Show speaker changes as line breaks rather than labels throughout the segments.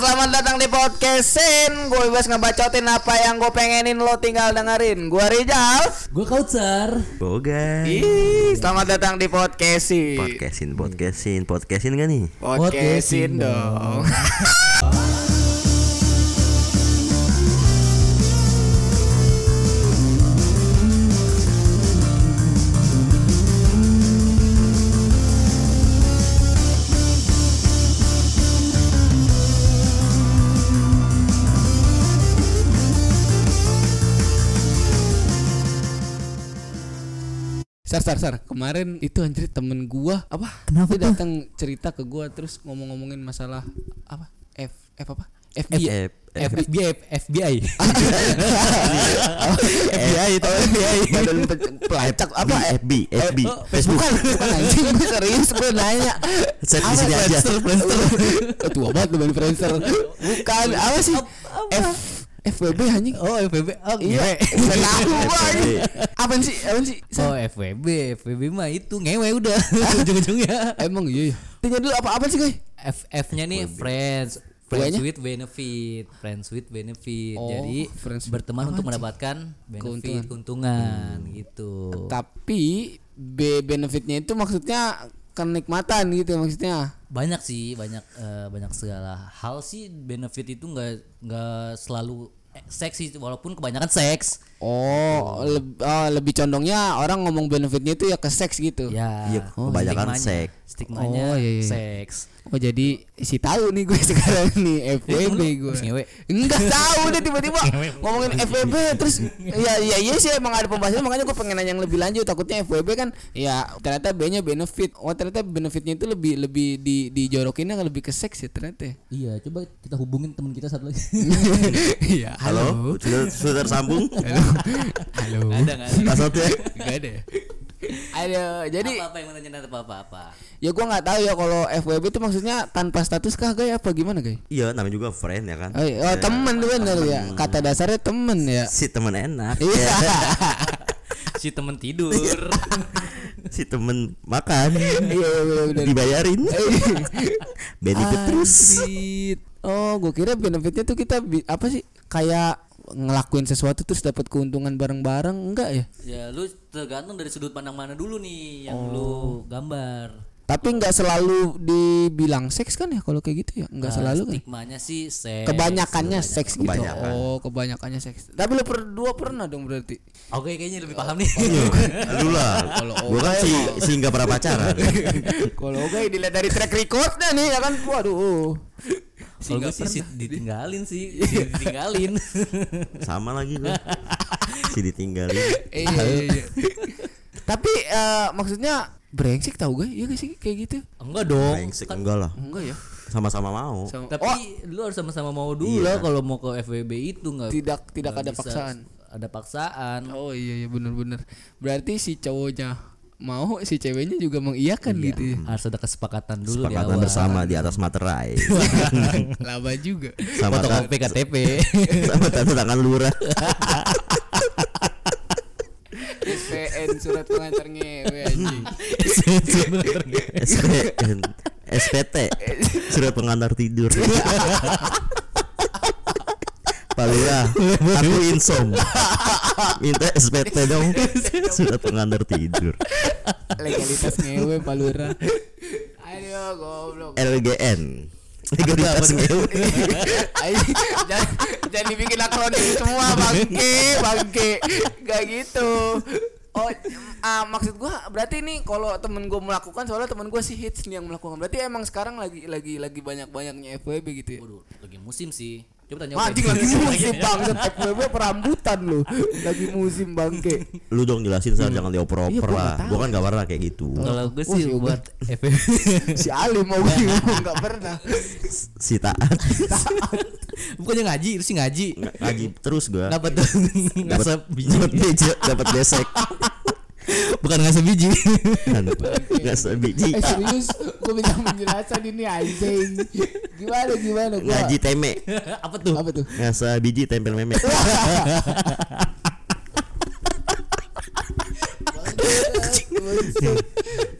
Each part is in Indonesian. Selamat datang di podcast Sin Gue bebas ngebacotin apa yang gue pengenin lo tinggal dengerin Gue Rizal
Gue Kautsar
Boga.
Ih, Selamat datang di podcast Sin
Podcastin, podcastin, podcastin gak nih?
Podcastin dong
Sar sar sar Kemarin itu anjir temen gua Apa?
Kenapa
Dia datang cerita ke gua Terus ngomong-ngomongin masalah Apa? F F apa? FBI
F- Iya. F-
FBI FBI
FBI itu
Oh,
FBI Badan pe- pelacak apa eh,
FB, FB,
oh,
Facebook.
Bukan bukan anjing gue serius gue nanya
Set di sini aja.
Tua banget lu main Friendster
Bukan apa sih F
FWB anjing Oh FWB oh,
Iya Gak tahu gue anjing Apaan sih Apaan sih
Oh FWB, FWB mah itu ngewe udah ujung-ujungnya.
Emang iya ya
Tanya dulu apa apa sih gue
FF-nya nih friends, friends with benefit, friends with benefit.
Oh,
Jadi
friends with-
berteman untuk mendapatkan benefit, keuntungan
Hmm.
gitu.
Tapi B benefitnya itu maksudnya kenikmatan gitu maksudnya.
Banyak sih, banyak eh, banyak segala hal sih benefit itu enggak nggak selalu eh, seks sih walaupun kebanyakan seks.
Oh, leb- oh, lebih condongnya orang ngomong benefitnya itu ya ke seks gitu.
Ya,
Iya, kebanyakan
stigmanya-
seks.
Oh,
Stigmanya
iya, iya.
seks.
Oh jadi si tahu nih gue sekarang nih FWB
Lu
gue.
habis ngewe.
Enggak tahu deh tiba-tiba ngomongin FWB terus ya ya iya sih emang ada pembahasan makanya gue pengen nanya yang lebih lanjut takutnya FWB kan ya ternyata B-nya benefit. Oh ternyata benefitnya itu lebih lebih di dijorokinnya lebih ke seks ya ternyata.
Iya coba kita hubungin temen kita satu lagi
Iya.
Halo, sudah, sudah tersambung?
Halo
Ada enggak? ada.
Passwordnya?
Gak ada ya
Aduh, jadi
Apa-apa yang mau nanya apa-apa.
Ya gua nggak tahu ya kalau FWB itu maksudnya tanpa status kah gay apa gimana gay?
Iya, namanya juga friend ya kan.
Oh, iya. oh temen tuh bener ya. Kata dasarnya temen ya.
Si teman enak,
Iya.
Si temen tidur.
si teman makan,
Iya iya Ah, iya. bener.
dibayarin, benefit terus.
Benefit. Oh, gua kira benefitnya tuh kita bi- apa sih? Kayak ngelakuin sesuatu terus dapat keuntungan bareng-bareng enggak ya?
Ya lu tergantung dari sudut pandang mana dulu nih yang lu
Oh.
gambar.
Tapi nggak selalu dibilang seks kan ya kalau kayak gitu ya? Nggak selalu kan?
Eh, Stigmanya sih seks.
Kebanyakannya seks gitu.
Kebanyakan.
Oh, kebanyakannya seks. Tapi lu berdua pernah dong berarti.
Oke, kayaknya lebih paham nih.
Iya.
Lu lah, gua kan si si nggak pernah pacaran.
Kalau gue dilihat dari track recordnya nih ya kan waduh.
Kalau gue sih si- ditinggalin sih,
Iya.
ditinggalin.
Sama lagi gua. Si ditinggalin.
Eh, iya, iya, iya. Tapi eh, maksudnya brengsek tahu gue iya gak sih kayak gitu?
Enggak dong.
Brengsek enggak lah.
Enggak ya.
Sama-sama mau.
Sama-
Tapi
Oh, Iya.
lu harus sama-sama mau dulu lah kalau mau ke FWB itu enggak.
tidak tidak ada paksaan.
Ada paksaan.
Oh iya iya benar-benar. Berarti si cowoknya mau si ceweknya juga mengiyakan gitu ya.
Harus ada kesepakatan dulu di
Sepakatan
awal.
bersama di atas materai.
Lama juga.
Sama ta-
Fotokopi KTP.
sama tanda tangan lurah.
SPN E surat pengantar ngewe anjing.
SPN, SPT surat pengantar tidur Pak Lurah, aku insom minta SPT dong surat pengantar tidur
Legalitas ngewe palura. Aduh goblok.
LGN legalitas ngewe
Ayo, jangan, jangan dibikin akronim semua bangke bangke gak gitu oh ah, maksud gua berarti ini kalau temen gua melakukan soalnya temen gua sih hits nih yang melakukan berarti emang sekarang lagi lagi lagi banyak banyaknya FWB gitu ya
Waduh, lagi musim sih. Coba tanya
Wah, anjing
Feby.
lagi musim bang FWB perambutan lu lagi musim bangke
lu dong jelasin salah jangan dioper-oper lah gua kan gak pernah kayak gitu
Kalau gue
Oh, si
sih
Uga.
buat FWB
si Ali mau gue ngomong nggak pernah
si taat
Bukannya ngaji, lu sih ngaji.
ngaji terus gua
Dapat tuh ngasap biji.
dapat beja dapat besek
Bukan ngasap biji.
kan ngasih biji
eh serius gue minta penjelasan ini anjing gimana gimana gua
ngaji teme
Apa tuh?
apa tuh
ngasih biji tempel memek
Bagus banget.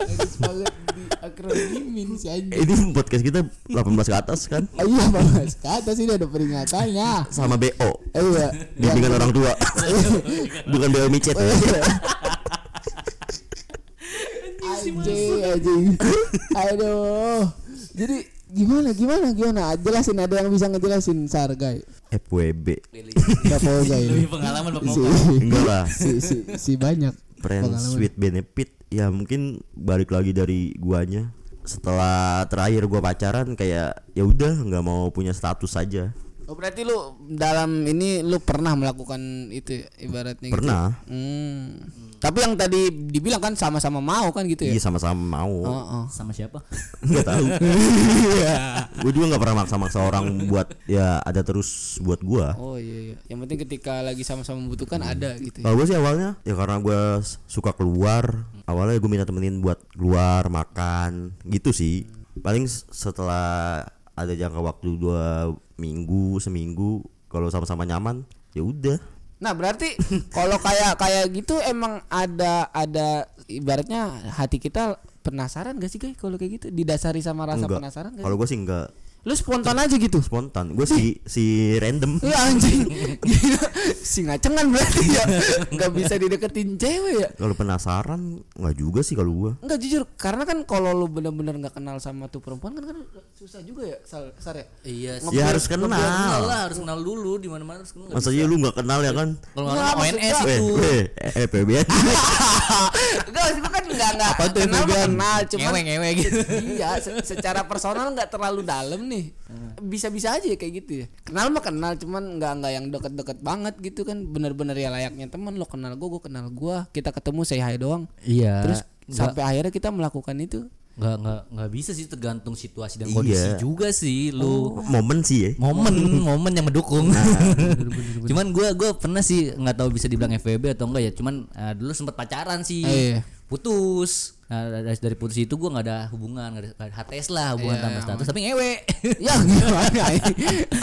Bagus banget. Di-
Akron Jimin si anjing.
Ini podcast kita 18 ke atas kan
Ah, Iya Mas, ke atas ini ada peringatannya.
sama BO.
Eh, Iya.
Bimbingan orang tua. Bukan BO micet.
Anjing, anjing. Aduh. Jadi gimana gimana gimana jelasin ada yang bisa ngejelasin Sargai.
FWB.
Enggak mau gak ini.
lebih pengalaman bapak
Si,
ngomong
Enggak lah.
si, si, si banyak
Friends with benefit ya mungkin balik lagi dari guanya setelah terakhir gua pacaran kayak ya udah nggak mau punya status saja
Oh, berarti lu dalam ini lu pernah melakukan itu ya, ibaratnya gitu.
pernah
Hmm. Tapi yang tadi dibilang kan sama-sama mau kan gitu ya.
iya sama-sama mau
Oh, oh.
sama siapa
nggak tahu gue Iya. juga nggak pernah maksa-maksa orang buat ya ada terus buat gua
Oh iya iya. Yang penting ketika lagi sama-sama membutuhkan
Hmm.
ada gitu. Ya.
Kalau gue sih awalnya ya karena gue suka keluar Awalnya gue minta temenin buat keluar, makan gitu sih Paling s- setelah ada jangka waktu dua minggu, seminggu Kalau sama-sama nyaman ya udah
Nah, berarti kalau kayak kayak gitu emang ada ada ibaratnya hati kita penasaran gak sih guys kalau kayak gitu didasari sama rasa
Enggak.
penasaran gak?
Kalau
sih?
gue sih enggak
Lu spontan aja gitu.
spontan Gue si, si random
Iya anjing. Gila. si ngacengan berarti ya. Gak bisa dideketin cewek ya.
Kalau penasaran nggak juga sih kalau gue
Enggak jujur, karena kan kalau lu bener-bener nggak kenal sama tuh perempuan kan kan susah juga ya, Sar, Sar ya.
iya sih.
Ya harus
Harus kenal
kenal
lah harus kenal dulu di mana mana harus kenal nggak
Maksudnya lu nggak kenal ya kan
bisa. kalau nggak
Nggak,
kenal ONS
maksudnya-
Weh,
itu
weh, eh, PBN
Enggak, maksud gua kan enggak enggak
Apa tuh
kenal, mah
FBN?
kenal cuman
ngewe ngewe gitu
iya, se- secara personal nggak terlalu dalam nih. Bisa-bisa aja ya kayak gitu ya. Kenal mah kenal, cuman nggak nggak yang deket-deket banget gitu kan. Bener-bener ya layaknya teman lo kenal gue, gue kenal gua Kita ketemu say hi doang.
iya
Terus sampai akhirnya kita melakukan itu.
nggak nggak nggak bisa sih tergantung situasi dan
Iya.
kondisi juga sih lu
Momen sih ya
momen momen yang mendukung cuman gue gua pernah sih nggak tahu bisa dibilang FVB atau enggak ya cuman eh, dulu sempat pacaran sih
Eh, iya.
putus Nah, dari, dari putus itu gue nggak ada hubungan nggak ada nggak ada HTS lah hubungan tanpa status tapi ngewe
ya gimana?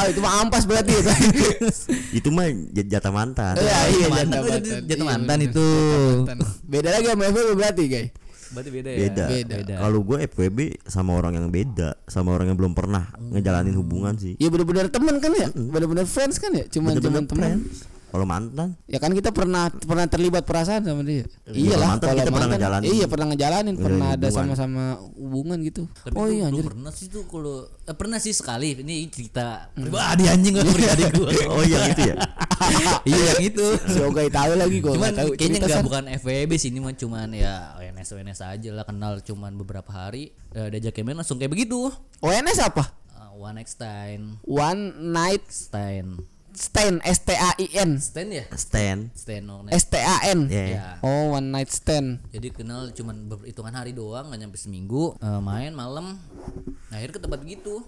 oh, itu mah ampas berarti ya. Bang?
Itu mah j- jatah mantan
Iya, iya,
Jatuh
jatah
mantan,
mantan.
gua jatuh- jatuh
Iya,
mantan
bener.
itu
Beda lagi sama FB berarti, guys.
berarti beda ya
beda.
beda.
Kalau gue FWB sama orang yang beda, sama orang yang belum pernah
Hmm.
ngejalanin hubungan sih.
Ya bener-bener teman kan ya? Bener-bener friends kan ya? Cuman cuman
Bener-bener
teman.
friends. Kalau mantan,
Ya kan kita pernah pernah terlibat perasaan sama dia.
kalau
Iyalah,
Iya, mantan
kalau
kita pernah
mantan-
ngejalanin.
Iya, pernah ngejalanin, pernah ada
hubungan.
sama-sama hubungan gitu.
Tapi
oh
gua
iya
belum
anjir.
pernah sih tuh kalau eh, pernah sih sekali ini cerita
Hmm.
pribadi anjing gak pribadi gue
oh iya gitu ya.
iya yang itu
Si Ogai tahu lagi gua
cuman
nggak tahu.
kayaknya
Cerita,
nggak
San.
bukan FWB sih ini mah cuman ya ONS ONS aja lah kenal cuman beberapa hari eh, diajakin main langsung kayak begitu
ONS apa?
Eh, one night stand
One night
stand
stand S T A I N
stand ya
Stand.
stand one night
S T A N.
Ya.
ya
Oh, one night stand.
jadi kenal cuman berhitungan hari doang nggak nyampe seminggu Eh, main malam nah, akhirnya ke tempat gitu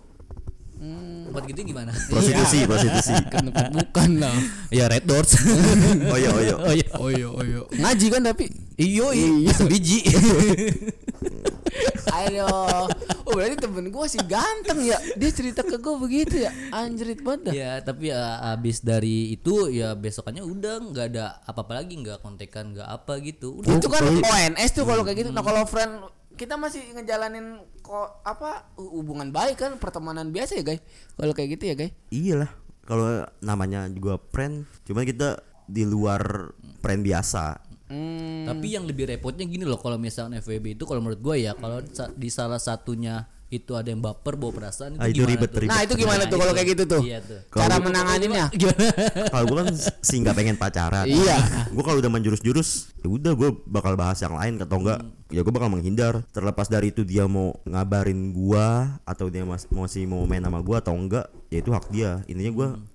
Hmm.
tempat gitu gimana
Iya.
Prostitusi, prostitusi.
Kenapa bukan lah.
ya red doors
Oh iya, oh iya.
oh iya
Oh iya, oh iya. Ngaji kan tapi.
Iya,
Iya,
iyo iyo sebiji
Ayo. Oh, berarti temen gua sih ganteng ya. Dia cerita ke gua begitu ya. Anjrit banget
Gitu.
dah.
ya tapi ya abis dari itu ya besokannya udah nggak ada apa-apa lagi nggak kontekan nggak apa gitu udah
itu kan ONS tuh kalau kayak gitu nah kalau friend kita masih ngejalanin kok apa hubungan baik kan pertemanan biasa ya guys kalau kayak gitu ya guys
Iyalah. Kalau namanya juga friend, cuman kita di luar friend biasa.
Tapi yang lebih repotnya gini loh kalau misalnya FWB itu kalau menurut gue ya kalau sa- di salah satunya itu ada yang baper bawa perasaan itu,
Ah, itu
gimana
ribet,
tuh?
ribet.
nah itu gimana tuh kalau kayak gitu tuh
Iya tuh.
cara menanganinya
Kalau gue kan sih nggak pengen pacaran.
Iya.
Gue kalau udah menjurus-jurus, ya udah gue bakal bahas yang lain atau enggak. Ya gue bakal menghindar. Terlepas dari itu dia mau ngabarin gua atau dia mas- masih mau main sama gua atau enggak, ya itu hak dia. Intinya gua
Hmm.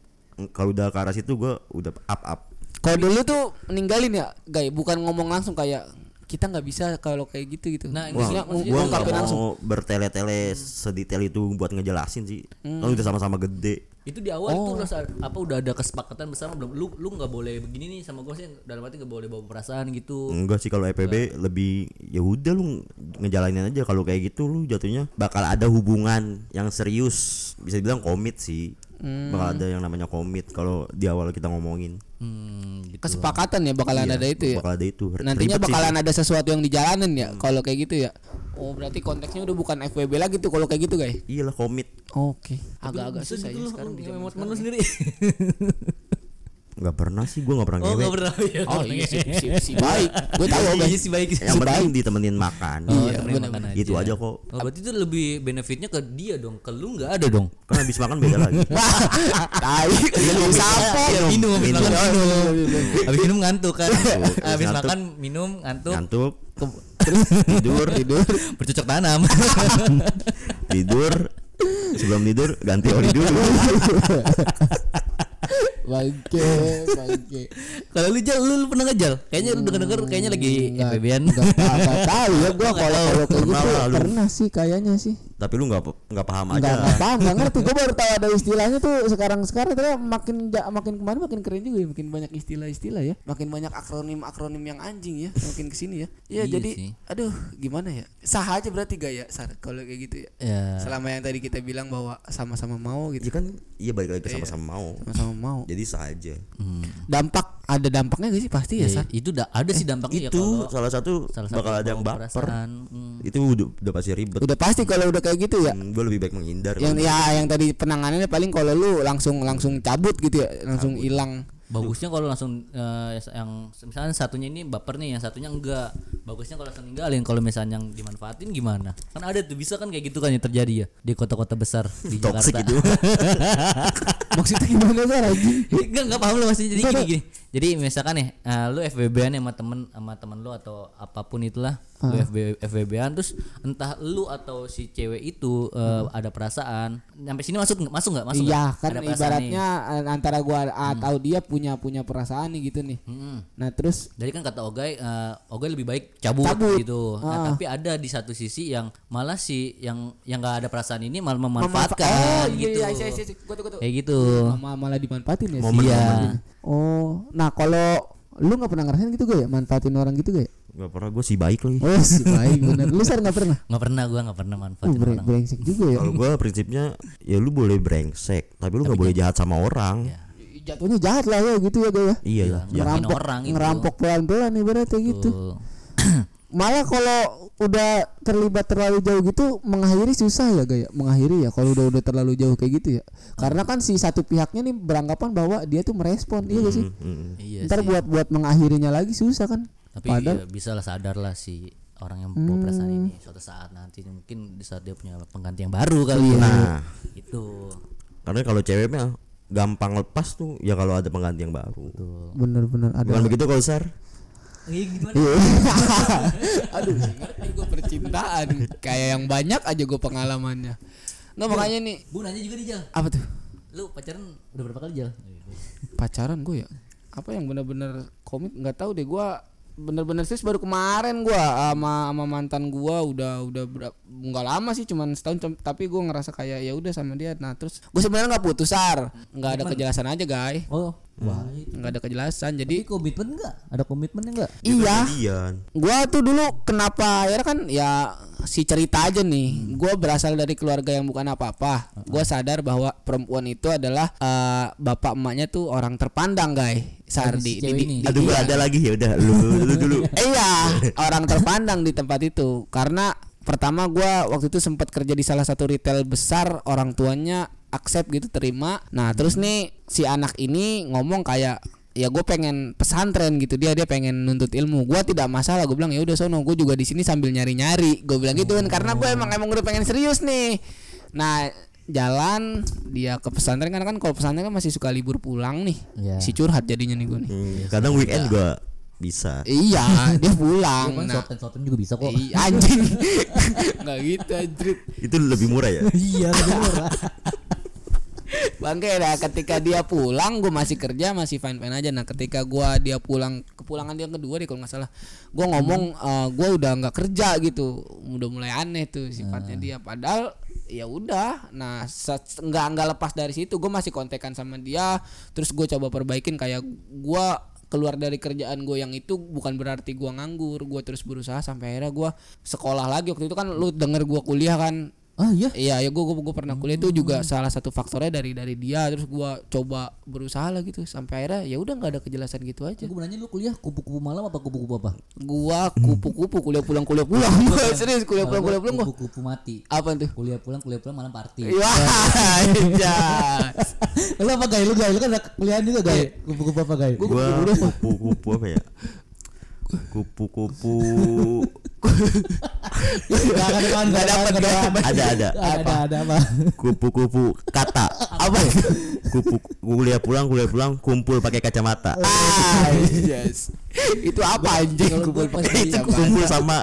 ng- kalau udah ke arah situ gua udah up up.
kalau dulu tuh ninggalin ya guys bukan ngomong langsung kayak kita nggak bisa kalau kayak gitu gitu
Nah, ini
Gua,
maksudnya ng-
gua nggak
ngungkapin
mau
langsung
bertele-tele sedetail itu buat ngejelasin sih.
Hmm.
Kalau udah sama-sama gede.
Itu di awal
Oh.
tuh udah sa- apa udah ada kesepakatan bersama belum lu lu nggak boleh begini nih sama gue sih dalam arti nggak boleh bawa perasaan gitu.
Enggak sih kalau EPB lebih ya udah lu ngejalanin aja kalau kayak gitu lu jatuhnya bakal ada hubungan yang serius bisa dibilang komit sih. bakal ada yang namanya komit kalau di awal kita ngomongin
Hmm, gitu.
Kesepakatan ya bakalan
Iya,
ada itu ya.
bakal ada itu R-
Nantinya
ribet sih Hmm.
bakalan ada sesuatu yang dijalanin ya kalau kayak gitu ya. Oh, berarti konteksnya udah bukan FWB lagi tuh kalau kayak gitu, guys.
itu. iyalah komit
Oke, agak-agak
Bisa
susah
gitu
ya
loh,
sekarang di zaman
ngemot
sekarang.
menu sendiri.
nggak pernah sih gue nggak pernah
Oh,
ngewe
enggak pernah ya.
Oh, iya sih, sih, sih. Baik. Gue tahu,
Iya
guys.
sih baik.
yang penting ditemenin makan
Oh,
Iya,
terima
benar-benar.
kasih
itu aja kok
Oh, berarti itu lebih benefitnya ke dia dong, ke lu nggak ada dong.
kan habis makan beda lagi
Tai, lu sapo.
Iya, minum, habis
Minum.
makan minum. Habis minum ngantuk kan. Habis
ngantuk.
makan minum ngantuk,
ngantuk
ke-
tidur tidur
bercocok tanam.
tidur sebelum tidur ganti oli dulu
Bangke, bangke.
Kalau lu jal, lu, lu pernah ngejal? Kayaknya lu denger-denger kayaknya lagi
Nggak-
FBB-an.
nggak- Nggak tahu ya gua kalau kalau kayak
Pernah
gitu
lah lu.
pernah sih kayaknya sih.
tapi lu nggak nggak paham aja
Enggak enggak paham, enggak ngerti. Gua baru tahu ada istilahnya tuh sekarang-sekarang ternyata makin ja- makin kemarin makin keren juga ya, makin banyak istilah-istilah ya.
Makin banyak akronim-akronim yang anjing ya, makin kesini ya. Iya,
Iya
jadi
sih.
aduh gimana ya? Sah aja berarti gaya Sar kalau kayak gitu ya.
Ya.
Selama yang tadi kita bilang bahwa sama-sama mau
ya
gitu.
kan iya balik lagi ke sama-sama mau
Sama-sama mau.
jadi saja
Dampak ada dampaknya gak sih pasti ya,
Ya,
Sar?
itu da- ada sih dampaknya ya
itu
kalau
salah satu
salah satu
bakal ada yang baper
bawa perasaan. Hmm.
itu udah, udah pasti ribet
Udah pasti kalau udah kayak gitu ya.
gue lebih baik menghindar
Yang
iya.
Iya.
ya yang tadi penanganannya paling kalau lu langsung langsung cabut gitu ya, langsung hilang.
Bagusnya kalau langsung eh, yang misalnya satunya ini baper nih, yang satunya enggak. Bagusnya kalau langsung ninggalin kalau misalnya yang dimanfaatin gimana? Kan ada tuh bisa kan kayak gitu kan yang terjadi ya di kota-kota besar di Jakarta.
toxic itu
Maksudnya gimana sih anjing?
Enggak enggak paham lo maksudnya jadi gini gini. Jadi misalkan nih eh, lu FBB-an sama temen sama temen lu atau apapun itulah lu FB, FBB-an terus entah lu atau si cewek itu eh, ada perasaan. Sampai sini masuk nggak? masuk nggak? Masuk
Iya
nggak?
kan
Ada perasaan Hmm.
ibaratnya an- antara gua atau dia punya punya perasaan nih gitu nih.
nih. Mm-mm.
Nah terus
Jadi kan kata Ogai, eh, Ogai lebih baik cabut,
Cabut.
gitu. Nah, tapi ada di satu sisi yang malah si yang yang nggak ada perasaan ini malah memanfaatkan
Oh, iya,
gitu.
iya, iya, iya, iya. Gua tuh, gua tuh.
Kayak gitu.
mal- malah dimanfaatin ya. sih?
Iya.
Oh, nah kalau lu nggak pernah ngerasain gitu gak ya manfaatin orang gitu gak ya?
nggak pernah gue sih baik lagi
Oh sih baik bener. Lu sar nggak pernah?
Nggak pernah gua nggak pernah
Oh,
manfaatin
bre-
orang.
brengsek juga ya.
kalau gue prinsipnya ya lu boleh brengsek tapi lu nggak boleh jahat sama orang
Iya.
Jatuhnya jahat lah ya gitu ya gak ya.
iya lah
Ngerokin orang gitu.
ngerampok pelan-pelan ibaratnya gitu.
Tuh.
Malah kalau udah terlibat terlalu jauh gitu mengakhiri susah ya gak ya? Mengakhiri ya kalau udah udah terlalu jauh kayak gitu ya. Karena kan si satu pihaknya nih beranggapan bahwa dia tuh merespon, iya gak sih?
Iya
Ntar
sih.
buat buat mengakhirinya lagi susah kan.
Tapi
Padahal Hmm.
ya, bisa lah sadar lah si orang yang bawa perasaan ini suatu saat nanti mungkin di saat dia punya pengganti yang baru
Iya.
kali ya.
Nah.
Itu.
karena kalau cewek mah gampang lepas tuh ya kalau ada pengganti yang baru
bener-bener ada
bukan begitu kalau sar
Iya,
Aduh, ngerti gue percintaan. Kayak yang banyak aja gue pengalamannya. Nggak makanya nih
Bu nanya juga nih Jal.
apa tuh
Lu pacaran udah berapa kali Jal?
pacaran gue ya? Apa yang benar-benar komit? Nggak tahu deh gue bener-bener sih baru kemarin gue sama, sama mantan gue udah udah berap- nggak lama sih cuman setahun cum- tapi gue ngerasa kayak ya udah sama dia nah terus gue sebenarnya nggak putus sar nggak ada kejelasan aja guys
Oh, wah.
gitu.
nggak ada kejelasan jadi
Jadi komitmen enggak? Ada komitmennya enggak?
iya
Kejadian.
gua tuh dulu kenapa akhirnya kan ya si cerita aja nih gua berasal dari keluarga yang bukan apa-apa gua sadar bahwa perempuan itu adalah eh, bapak emaknya tuh orang terpandang guys sardi
cewek ini.
aduh gua ada lagi ya udah lu lu dulu
iya orang terpandang di tempat itu karena pertama gua waktu itu sempat kerja di salah satu retail besar orang tuanya accept gitu terima nah terus nih si anak ini ngomong kayak ya gue pengen pesantren gitu dia dia pengen nuntut ilmu gua tidak masalah gue bilang ya udah sono gue juga di sini sambil nyari nyari gue bilang gitu kan karena gue emang emang udah pengen serius nih nah jalan dia ke pesantren karena kan kalau pesantren kan masih suka libur pulang nih
Iya.
si curhat jadinya nih gue nih
Hmm, kadang weekend gua bisa
iya dia pulang
Kan
nah
short and short juga bisa kok.
Iya anjing. Enggak gitu anjrit.
itu lebih murah ya
Iya,
Bangke dah ketika dia pulang gue masih kerja masih fine fine aja. Nah ketika gua dia pulang kepulangan dia yang kedua deh kalau nggak salah. Gue ngomong eh, gua udah nggak kerja gitu. Udah mulai aneh tuh sifatnya dia. Padahal ya udah. Nah se- se- nggak nggak lepas dari situ gue masih kontekan sama dia. Terus gue coba perbaikin kayak gua keluar dari kerjaan gue yang itu bukan berarti gua nganggur gue terus berusaha sampai akhirnya gua sekolah lagi waktu itu kan lu denger gua kuliah kan
ah iya
Iya, Hmm. ya gua, gua gua pernah kuliah itu juga salah satu faktornya dari dari dia terus gua coba berusaha lah gitu sampai akhirnya ya udah nggak ada kejelasan gitu aja.
Gue nanya lu kuliah kupu-kupu malam apa kupu-kupu apa?
Gua kupu-kupu kuliah pulang kuliah pulang. Serius kuliah pulang kuliah pulang gua.
Kupu-kupu mati.
Apa tuh?
Kuliah pulang, kuliah pulang malam party.
Wah, anjay.
lu apa gay lu gay lu kan ada kuliahan juga gay kupu-kupu apa gay
Gua kupu-kupu apa ya? Kupu-kupu
Gak ada kawan gak ada kawan, gak ada kawan.
ada ada
ada ada apa
kupu-kupu kata apa kupu kuliah pulang kuliah pulang kumpul pakai kacamata
Ah, yes. Itu apa anjing
Kalau
kumpul
gua pas
pakai
di-
jam?
kumpul sama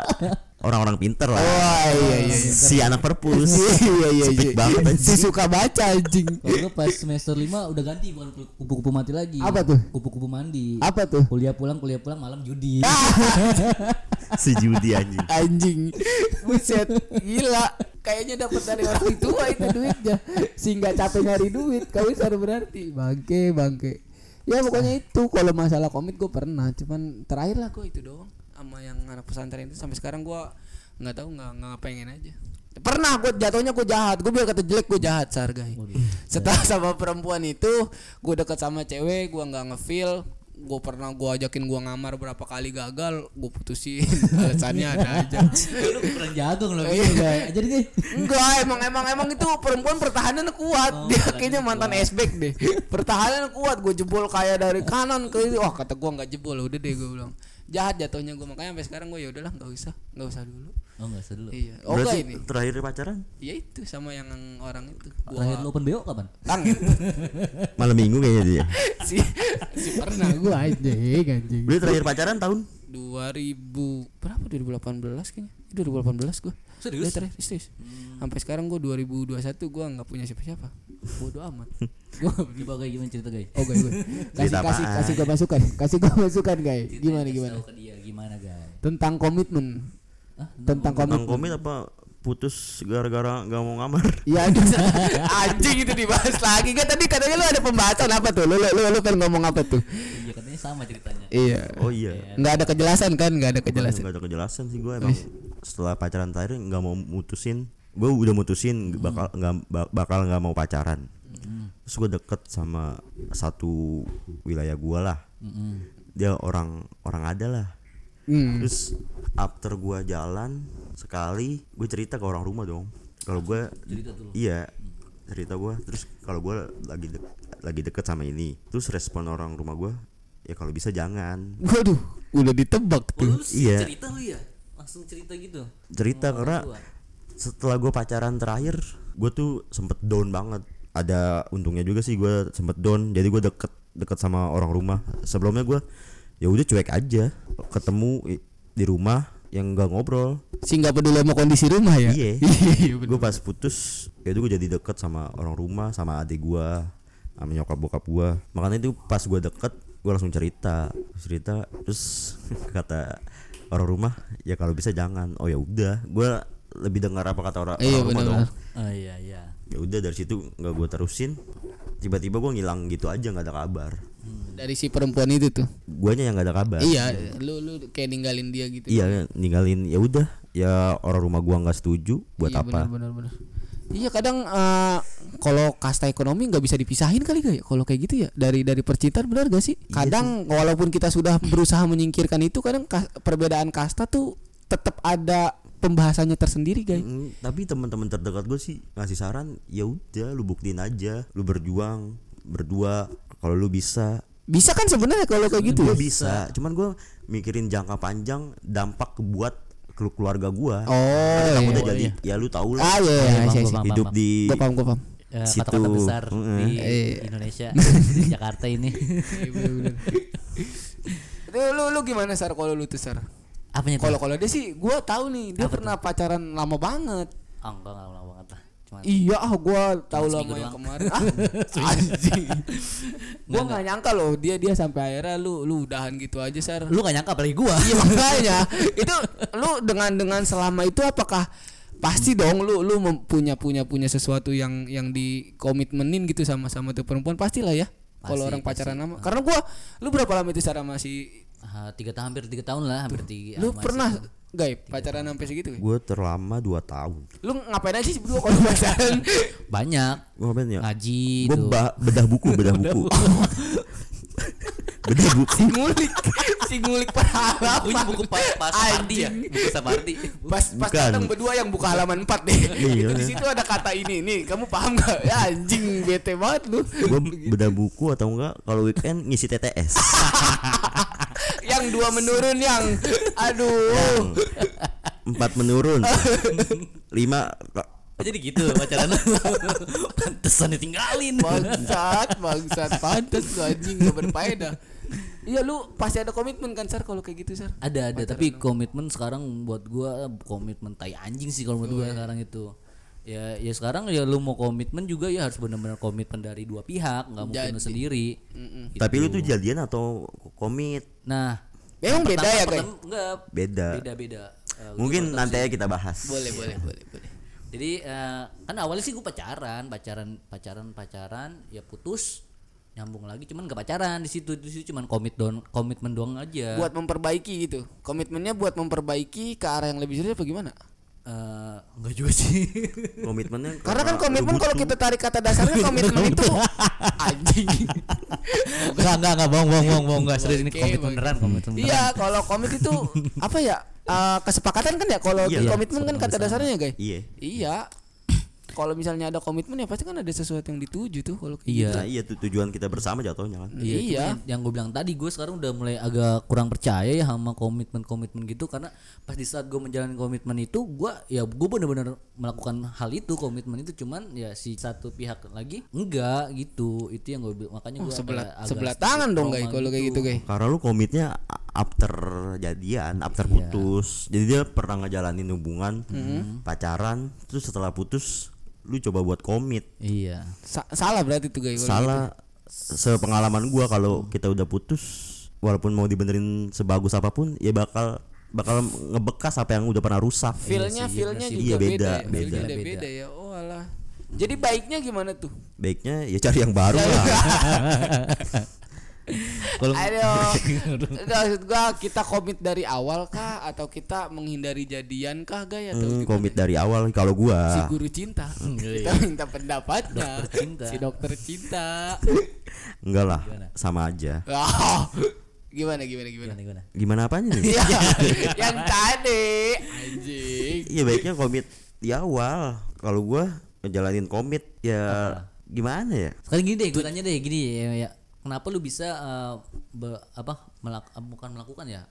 orang-orang pinter lah
Wah, iya iya. iya.
si anak perpus
Iya iya iya.
Speak banget anjing.
Si suka baca anjing.
Kalau gue pas semester 5 udah ganti bukan kupu-kupu mati lagi.
Apa tuh?
Kupu-kupu mandi.
apa tuh
Kuliah pulang, kuliah pulang malam judi.
si judi anjing
Anjing.
Buset, gila. Kayaknya dapat dari orang tua itu duit.
duitnya sehingga capek nyari duit kau sadar berarti bangke bangke ya pokoknya itu kalau masalah komit gue pernah cuman terakhir lah
Gue itu doang sama yang anak pesantren itu sampai sekarang gua nggak tahu nggak nggak pengen aja. Pernah gue jatuhnya gue jahat, gue biar kata jelek gue jahat sehargai. Setelah sama perempuan itu, gue deket sama cewek, gua nggak ngefeel, gue pernah gue ajakin gua ngamar berapa kali gagal, gue putusin. Alasannya ada aja.
Lu kurang jago kalau gitu guys. Jadi guys,
Enggak, emang emang emang itu perempuan Oh, pertahanan kuat. Dia kayaknya mantan esbek deh. Pertahanan kuat, gue jebol kayak dari kanan ke wah kata gua nggak jebol, udah deh gue bilang. Jahat jatuhnya gue makanya sampai sekarang gue ya udahlah nggak usah, nggak usah dulu.
oh enggak usah dulu.
Iya. Oh enggak ini.
berarti terakhir pacaran
Ya itu sama yang orang itu.
Terakhir lu
Gua
open BO kapan?
tangan
malam minggu kayaknya dia
si si pernah
nah gue anjing anjing
Beliau terakhir pacaran tahun
2000 berapa 2018 kayaknya. 2018 gue
Serius?
Udah terakhir, serius. Sampai sekarang gue 2021 gue nggak punya siapa-siapa. Bodoh amat.
Coba kayak gimana cerita guys?
oh gay gue kasih
Cerita
kasih
apaan?
kasih gue masukan kasih gue masukan guys gimana gimana
Tahu ke dia gimana guys?
tentang komitmen
Hah?
tentang
tentang
komitmen
komit apa putus gara-gara nggak mau ngamar
Iya anjing.
anjing itu dibahas lagi kan tadi katanya lu ada pembahasan apa tuh lu lu lu, lu pengen ngomong apa tuh
Iya katanya sama ceritanya.
Iya.
oh iya
Nggak ada kejelasan kan? Nggak ada kejelasan.
nggak ada kejelasan sih gue emang setelah pacaran terakhir nggak mau mutusin gue udah mutusin bakal nggak ba- bakal nggak mau pacaran terus gue deket sama satu wilayah gue lah dia orang orang ada lah terus after gue jalan sekali gue cerita ke orang rumah dong kalau gue iya cerita gue terus kalau gue lagi dek- lagi deket sama ini terus respon orang rumah gue ya kalau bisa jangan
Waduh, udah ditebak
Oh,
tuh.
lu
Iya.
cerita lu ya? Langsung cerita gitu.
cerita karena setelah gue pacaran terakhir gue tuh sempet down banget ada untungnya juga sih gue sempet down jadi gue deket deket sama orang rumah sebelumnya gue ya udah cuek aja ketemu i- di rumah yang gak ngobrol
Si nggak peduli sama kondisi rumah ya.
iya gue pas putus ya itu gue jadi deket sama orang rumah sama adik gue sama nyokap bokap gue makanya itu pas gue deket gue langsung cerita cerita terus kata orang rumah ya kalau bisa jangan oh ya udah gue lebih dengar apa kata orang,
Iya,
orang rumah dong
benar-benar.
Oh iya iya.
ya udah dari situ nggak gue terusin tiba-tiba gue ngilang gitu aja nggak ada kabar
Dari si perempuan itu tuh.
guanya yang nggak ada kabar
Hmm. Iya, lu lu kayak ninggalin dia gitu.
iya ninggalin ya udah ya orang rumah gua nggak setuju buat
Iya,
apa
Benar, benar, benar. Iya kadang eh, kalau kasta ekonomi nggak bisa dipisahin kali gak ya kalau kayak gitu ya dari dari percintaan benar gak Iya sih kadang walaupun kita sudah berusaha menyingkirkan itu kadang kas- perbedaan kasta tuh tetap ada pembahasannya tersendiri guys
Mm, tapi teman-teman terdekat gue sih ngasih saran ya udah lu buktiin aja lu berjuang berdua kalau lu bisa
bisa kan sebenarnya kalau kayak gitu
gue
ya?
bisa cuman gue mikirin jangka panjang dampak buat kelu- keluarga gua
oh
Yang
iya.
udah jadi ya lu tau lah
ah iya iya,
Paham,
iya, iya.
gua paham,
hidup
paham.
di
gue paham gue paham
Eh,
Situ.
kota-kota besar di Indonesia, di Jakarta ini.
lu lu, lu gimana sar kalau lu tuh sar
Apanya tuh?
kalau kalau dia sih gua tahu nih dia pernah pacaran lama banget
Oh, enggak enggak lama banget lah. Cuma
iya ah gua tahu
Cuma
lama
seminggu
yang
doang.
kemarin ah anjing gua nggak nyangka loh dia dia sampai akhirnya lu lu udahan gitu aja sar
Iya. lu gak nyangka apalagi gua.
Iya makanya itu lu dengan dengan selama itu apakah pasti dong lu lu mem- punya punya punya sesuatu yang yang dikomitmenin gitu sama sama tuh perempuan pastilah ya kalau orang pacaran lama karena gua lu berapa lama itu Sarah masih
Ah, tiga tahun hampir tiga tahun lah hampir tiga
lu
masih
pernah
tuh.
Gay, pacaran sampai segitu.
ya?
Gay?
Gue terlama 2 tahun.
Lu ngapain aja sih berdua kalau pacaran?
banyak
Gue ngapain ya?
ngaji
Gue
tuh.
bedah buku, bedah buku. bedah buku.
si ngulik, si ngulik per
Oh, ini
halaman.
buku pas pas party ya buku saparti
Pas pas
Bukan.
datang berdua yang buka halaman 4 deh.
Iya.
Itu di situ ada kata ini nih. Kamu paham gak? Ya anjing bete banget lu.
Gue bedah buku atau enggak kalau weekend ngisi TTS.
yang dua menurun yang aduh.
Empat menurun. Lima
jadi gitu pacaran lu. pantesan ditinggalin
Bangsat, bangsat, pantes lu anjing gak berfaedah. Iya lu pasti ada komitmen kan Sar kalau kayak gitu Sar.
ada ada tapi komitmen sekarang buat gua komitmen tai anjing sih kalau
Oh,
menurut gua
iya.
sekarang itu ya ya sekarang ya lu mau komitmen juga ya harus benar-benar komitmen dari dua pihak nggak mungkin lu sendiri Gitu.
Tapi lu tuh jadian atau komit?
nah
Memang beda ya guys.
pertama- enggak
Beda.
beda beda Eh,
Mungkin nanti aja kita bahas.
Boleh, boleh, boleh, boleh.
Jadi eh, kan awalnya sih gue pacaran, pacaran, pacaran, pacaran, ya putus, nyambung lagi, cuman gak pacaran di situ, di situ cuman komit doang, komitmen doang aja.
Buat memperbaiki gitu. Komitmennya buat memperbaiki ke arah yang lebih serius apa gimana?
Eh, enggak juga sih.
Komitmennya
Karena kan
lu
komitmen kalau
butuh.
kita tarik kata dasarnya komitmen itu anjing.
enggak, enggak, enggak, bohong, bohong, bohong, bohong, enggak serius ini
Oke,
komit
oke.
beneran, komit beneran.
Iya, kalau komit itu apa ya? eh, kesepakatan kan ya kalau
Iya.
di komitmen kan kata dasarnya guys.
Iya.
Iya. Kalau misalnya ada komitmen ya pasti kan ada sesuatu yang dituju tuh kalau kayak
Iya.
Nah, iya tuh tujuan kita bersama jatuhnya kan.
Iya,
Iya.
cuman yang gue bilang tadi gue sekarang udah mulai agak kurang percaya ya sama komitmen-komitmen gitu karena pas di saat gue menjalani komitmen itu gue ya gue bener-bener melakukan hal itu komitmen itu cuman ya si satu pihak lagi enggak gitu itu yang gue bilang makanya gue
Oh, sebelah
Iya,
sebelah tangan dong guys kalau kayak gitu guys
Karena lu komitnya after jadian, after
Iya.
putus. Jadi dia pernah ngejalanin hubungan,
Mhm.
pacaran, terus setelah putus lu coba buat komit.
iya
Sa- salah berarti tuh guys
Salah sepengalaman gua kalau kita udah putus, walaupun mau dibenerin sebagus apapun ya bakal bakal ngebekas apa yang udah pernah rusak.
feelnya feelnya
Iya sih.
juga
Iya, beda,
beda
beda.
beda beda, beda ya oh alah jadi baiknya gimana tuh
Baiknya ya cari yang baru lah.
kalau
aduh maksud gua kita komit dari awal kah atau kita menghindari jadian kah guys atau
Hmm,
gimana?
komit iya. dari awal kalau
si
gua
guru cinta kita minta pendapatnya
Dokter cinta.
si dokter cinta
enggak lah, sama aja.
Wah, gimana gimana gimana
gimana gimana
Gimana apanya nih?
Ya, yang tadi anjing
Iya baiknya komit di awal. Kalau gua ngejalanin komit ya gimana ya?
sekarang gini deh gue tanya deh gini ya, ya, kenapa lu bisa eh, be- apa melak eh, bukan melakukan ya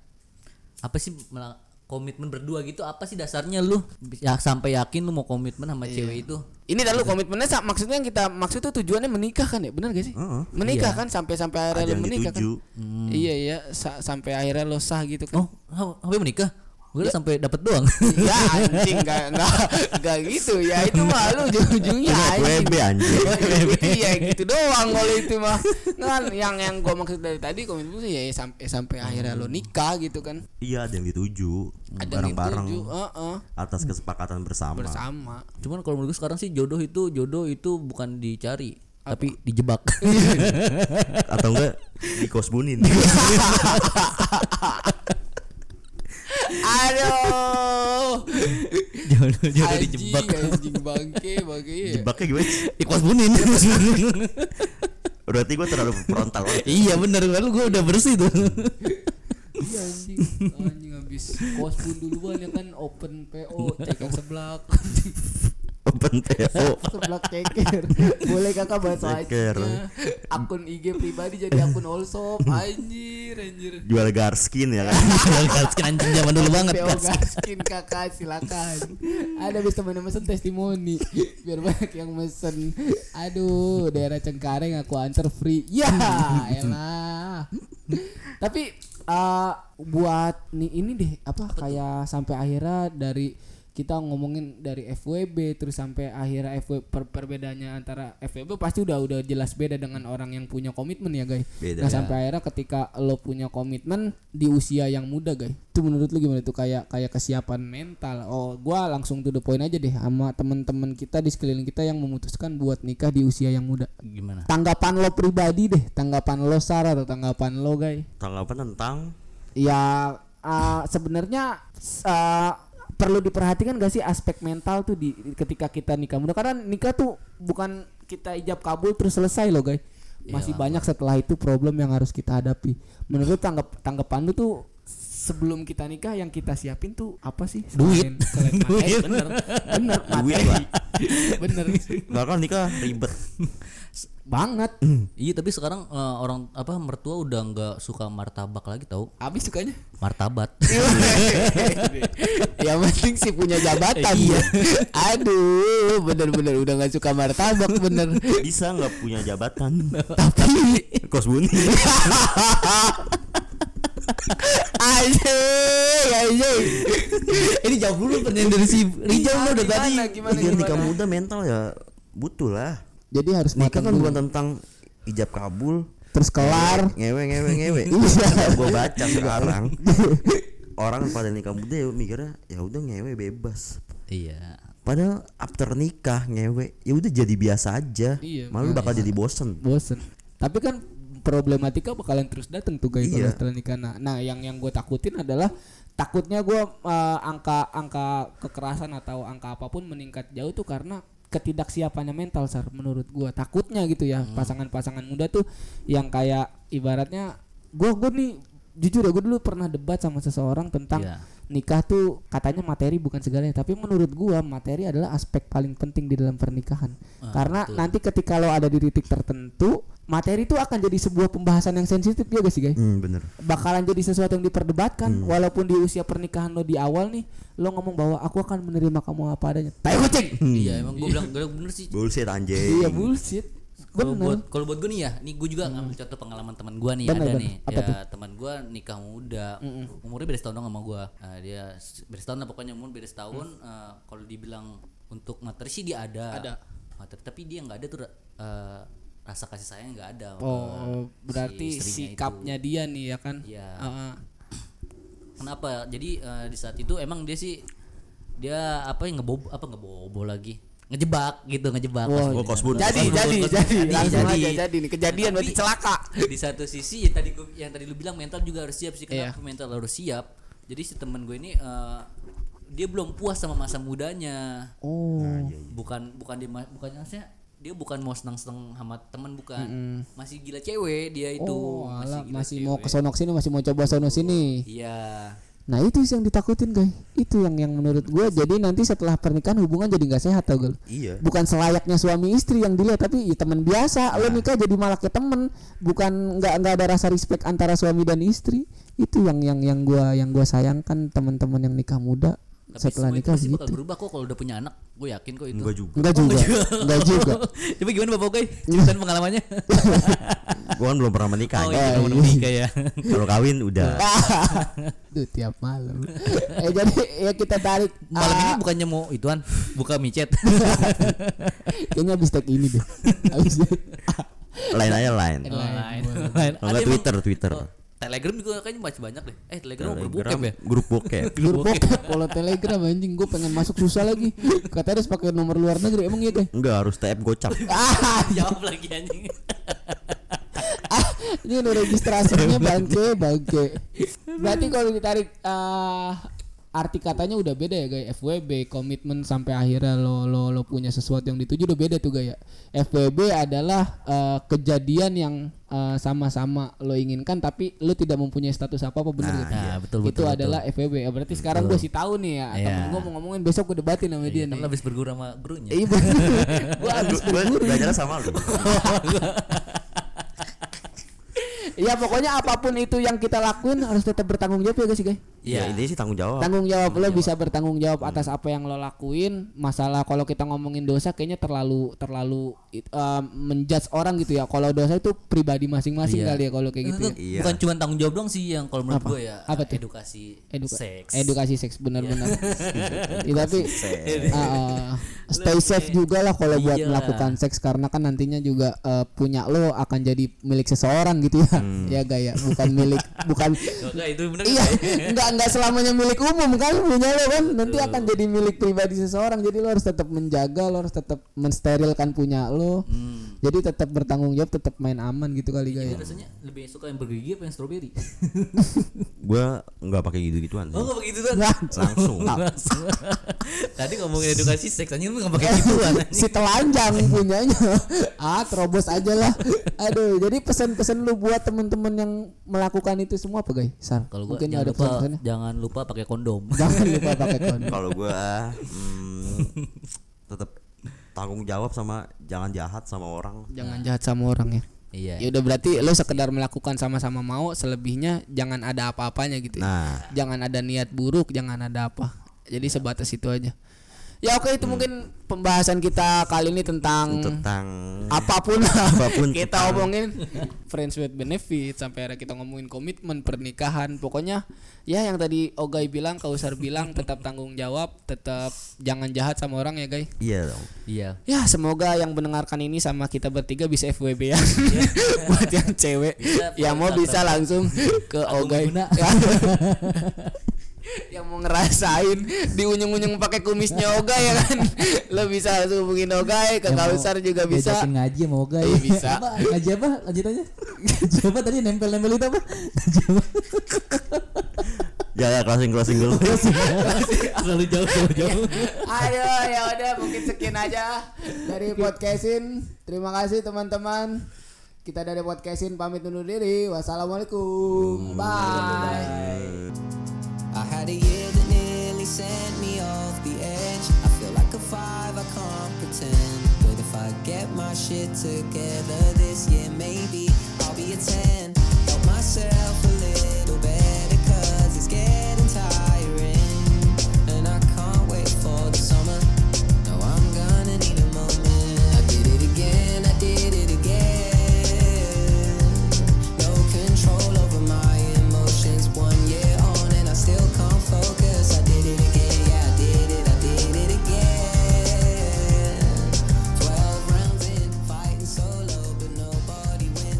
apa sih mela- komitmen berdua gitu apa sih dasarnya lu ya sampai yakin lu mau komitmen sama
Iya.
cewek itu
Ini dah lu komitmennya sa- maksudnya yang kita maksud tuh tujuannya menikah kan ya benar gak sih? menikah kan sampai sampai akhirnya
Ada
lu
yang
menikah
dituju.
kan? Iya iya sa- sampai akhirnya lo sah gitu kan?
Oh, ha- sampai menikah? Gue sampai dapat doang.
Ya anjing gak, gak, gak gitu ya itu mah lu ujung-ujungnya anjing.
WB anjir.
Iya gitu doang kalau itu mah kan yang yang gua maksud dari tadi komitmen tuh ya sampai sampai akhirnya
Hmm.
lo nikah gitu kan?
Iya ada yang dituju
yang
bareng-bareng Nah.
dituju, eh. eh-eh,
atas kesepakatan bersama.
bersama.
Cuman kalau menurut gue sekarang sih jodoh itu jodoh itu bukan dicari, tapi dijebak.
Atau enggak di kosbunin.
Aduh,
jodoh jodoh
anjing,
dijebak.
anjing bangke, bangke. iya.
Jebaknya gimana? sih?
Ikhlas bunin.
Berarti gua terlalu frontal.
iya benar, lalu gue udah bersih tuh.
Iya anjing, anjing habis kos pun duluan ya kan open PO ceker seblak,
Open TO.
seblak ceker. Boleh Kakak bahas
Ceker.
aja. Iya. Akun IG pribadi jadi akun all shop. Anjir, anjir.
Jual garskin ya kan.
Gaskin anjing zaman dulu banget.
PO
Gas.
gaskin Kakak silakan. Ada bisa teman mesen testimoni biar banyak yang mesen. Aduh, daerah Cengkareng aku antar free. Ya, elah. Tapi eh, buat nih ini deh apa kayak sampai akhirnya dari kita ngomongin dari FWB terus sampai akhirnya FW, per- perbedaannya antara FWB pasti udah udah jelas beda dengan orang yang punya komitmen ya guys.
Beda.
Nah sampai akhirnya ketika lo punya komitmen di usia yang muda guys, itu menurut lo gimana tuh kayak kayak kesiapan mental? Oh gua langsung to the point aja deh sama temen-temen kita di sekeliling kita yang memutuskan buat nikah di usia yang muda.
Gimana?
Tanggapan lo pribadi deh, tanggapan lo Sarah atau tanggapan lo guys?
Tanggapan tentang
ya eh, sebenarnya eh, perlu diperhatikan gak sih aspek mental tuh di ketika kita nikah muda karena nikah tuh bukan kita ijab kabul terus selesai loh guys masih
Iya.
banyak setelah itu problem yang harus kita hadapi menurut tanggap tanggapan lu tuh sebelum kita nikah yang kita siapin tuh apa sih duit
Duit.
bener bener
Duit,
materi.
Pak.
bener
Nggak kan nikah ribet.
banget
Iya tapi sekarang eh, orang apa mertua udah nggak suka martabak lagi tau
abis sukanya
martabat
yang penting sih punya jabatan ya. Aduh, bener-bener udah nggak suka martabak bener.
Bisa nggak punya jabatan?
Tapi
Kos bunyi.
anjing, anjing. Ini jauh dulu pertanyaan dari si Rijal lo udah tadi.
Gimana, gimana,
Iya nikah
gimana?
muda mental ya butuh lah.
Jadi harus
Nikah
matang
kan
dulu.
bukan tentang ijab kabul,
terus kelar.
ngewe ngewe ngewe. Gue baca sekarang. Orang pada nikah muda ya mikirnya ya udah ngewe bebas.
iya
Padahal after nikah ngewe ya udah jadi biasa aja.
Iya.
Malu bakal jadi bosen.
Bosen. Tapi kan problematika bakalan terus datang tuh guys
Iya.
kalau setelah nikah. Nah, nah, yang yang gue takutin adalah takutnya gue angka angka kekerasan atau angka apapun meningkat jauh tuh karena ketidaksiapannya mental sar menurut gue takutnya gitu ya
Hmm.
pasangan-pasangan muda tuh yang kayak ibaratnya gue gue nih jujur ya gue dulu pernah debat sama seseorang tentang
Iya.
nikah tuh katanya materi bukan segalanya tapi menurut gua materi adalah aspek paling penting di dalam pernikahan
Ah,
karena nanti ketika lo ada di titik tertentu materi itu akan jadi sebuah pembahasan yang sensitif ya guys sih guys
Hmm bener.
bakalan jadi sesuatu yang diperdebatkan
Hmm.
walaupun di usia pernikahan lo di awal nih lo ngomong bahwa aku akan menerima kamu apa adanya tai kucing
iya emang gue bilang gue bener sih
Bullshit anjing.
iya bullshit
Kalau
bener
buat kalau buat gue nih ya, nih gue juga ngambil contoh pengalaman teman gue nih
Bener,
ada
bener.
nih.
Apa
ya teman gue nikah muda, umurnya beda setahun dong sama gue. Nah, dia s- beda setahun lah pokoknya umur beda setahun. Eh, kalau dibilang untuk materi sih dia ada. Ada. Materi tapi dia nggak ada tuh ra- eh, rasa kasih sayang nggak ada.
oh
Eh,
berarti
si istrinya
sikapnya dia nih ya kan
Iya.
Heeh.
itu. Kenapa? Jadi eh, di saat itu emang dia sih dia apa yang ngebobo apa ngebobo lagi ngejebak gitu ngejebak.
Oh, kosbun.
Jadi,
Kosbun,
jadi,
kosbun.
jadi, langsung
jadi.
aja jadi nih kejadian
Tapi-
berarti celaka.
di satu sisi yang tadi gua- yang tadi lu bilang mental juga harus siap sih kenapa
Iya.
mental harus siap jadi si temen gue ini eh, dia belum puas sama masa mudanya
Oh.
Nah, iya,
bukan bukan dia ma- bukan maksudnya dia bukan mau seneng seneng sama temen bukan masih gila cewek dia itu
Oh, alah,
gila ya.
masih
cewek.
mau ke sono sini, masih mau coba sono sini.
iya
Nah, itu sih yang ditakutin, guys. Itu yang yang menurut gua jadi nanti setelah pernikahan hubungan jadi nggak sehat tau gak? lu?
Iya.
Bukan selayaknya suami istri yang dilihat tapi ya, teman biasa.
Nah.
Lo nikah jadi malah ke temen, bukan nggak nggak ada rasa respect antara suami dan istri. Itu yang yang yang gua yang gua sayangkan teman-teman yang nikah muda
tapi
setelah
semua itu
nikah
pasti bakal
gitu.
berubah Oh, iya. kok kalau udah punya anak gue yakin kok itu
Enggak juga.
Enggak juga. Enggak juga. Iya.
tapi gimana bapak gue ceritain pengalamannya
Gua kan belum pernah menikah.
oh
anjing.
iya belum menikah ya
Kalau kawin udah.
Tuh tiap malam. eh jadi ya kita tarik
malam
ah,
ini bukannya mau ituan buka micet
Kayaknya abis tag ini deh. Abis
Lain aja lain.
Oh, lain oh,
Kalau Oh, nggak Twitter, Twitter.
Telegram juga kayaknya masih banyak deh. Eh Telegram, udah
Telegram,
bokep ya.
grup bokep.
grup bokep kalau telegram anjing gue pengen masuk susah lagi katanya harus pakai nomor luar negeri emang iya deh
Enggak harus TF gocap.
Ah, jawab lagi anjing.
Ah,
ini udah registrasinya bangke bangke
Berarti kalau ditarik eh arti katanya udah beda ya gaya FWB komitmen sampai akhirnya lo lo lo punya sesuatu yang dituju udah beda tuh gaya FWB adalah eh, kejadian yang eh, sama-sama lo inginkan tapi lo tidak mempunyai status apa apa bener
Nah,
gitu.
iya, betul,
itu
betul, betul.
adalah FWB Ya, berarti sekarang gue sih tahu nih ya
Iya.
temen gue mau ngomongin besok gue debatin sama dia
Kan
nih
lu habis berguru sama gurunya.
iya bener. Gua
Gua
habis
gua belajar sama lu.
ya pokoknya apapun itu yang kita lakuin harus tetap bertanggung jawab ya guys guys
Ya,
Iya.
intinya sih tanggung jawab.
tanggung jawab lo bisa bertanggung jawab atas apa yang lo lakuin masalah kalau kita ngomongin dosa kayaknya terlalu terlalu it- eh, menjudge orang gitu ya kalau dosa itu pribadi
Iya.
masing-masing kali ya kalau kayak gitu
Itu
ya.
Iya.
Bukan cuma tanggung jawab doang sih yang kalau menurut
Apa?
gue ya.
Apa tuh?
Edukasi
Eduka-
seks.
edukasi seks benar-benar
Iya,
Ya, tapi
Seks.
ah, ah.
stay safe juga lah kalau buat
Iyalah.
melakukan seks karena kan nantinya juga eh, punya lo akan jadi milik seseorang gitu ya ya gaya Iya, bukan milik bukan
Enggak itu bener. kan?
iya nggak nggak selamanya milik umum kan punya lo kan nanti akan jadi milik pribadi seseorang jadi lo harus tetap menjaga lo harus tetap mensterilkan punya lo jadi tetap bertanggung jawab tetap main aman gitu kali gaya
rasanya lebih suka yang bergigi apa yang stroberi
Gua nggak pakai gitu-gituan.
oh
sih.
nggak begitu tuh
Langsung.
Nah.
Langsung. tadi ngomongin edukasi seks anjing lu nggak
Eh,
pakai gitu, gituan anjing.
si telanjang punyanya ah terobos aja lah aduh jadi pesan-pesan lu buat temen-temen yang melakukan itu semua apa guys sar
kalau gua
mungkin
jangan
ada
lupa
pesan-pesannya
jangan lupa pakai kondom
jangan lupa pakai kondom
Kalau gua hmm, tetap tanggung jawab sama jangan jahat sama orang.
jangan jahat sama orang ya
iya
ya udah berarti lo sekedar melakukan sama-sama mau selebihnya jangan ada apa-apanya gitu ya.
Nah,
jangan ada niat buruk jangan ada apa jadi sebatas itu aja ya oke itu mungkin pembahasan kita kali ini tentang
tentang
Hmm.
apapun
Apapun
kita
tentang-
omongin friends with benefit sampai akhirnya kita ngomongin komitmen pernikahan pokoknya ya yang tadi Ogai bilang Kausar bilang tetap tanggung jawab tetap jangan jahat sama orang ya guys
iya dong.
iya
ya semoga yang mendengarkan ini sama kita bertiga bisa FWB ya
Iya.
buat yang cewek
Bisa,
yang mau
kontak,
bisa langsung ke
Agung
Ogai
Guna.
yang mau ngerasain diunyung-unyung pakai kumisnya Ogai ya kan lo bisa langsung hubungin Ogai ke
Yang mau
Kausar juga bisa
diajakin ngaji sama Oga
Iya, bisa.
apa ngaji apa lanjut aja ngaji apa tadi nempel-nempel itu apa ngaji apa
Ya, ya closing closing dulu.
terlalu jauh terlalu jauh
Ayo ya udah mungkin sekian aja.
dari
Iya.
podcastin terima kasih teman-teman kita dari podcastin pamit undur diri wassalamualaikum bye
I had a year that nearly sent me off the edge. I feel like a five, I can't pretend. But if I get my shit together this year, maybe I'll be a ten. Help myself a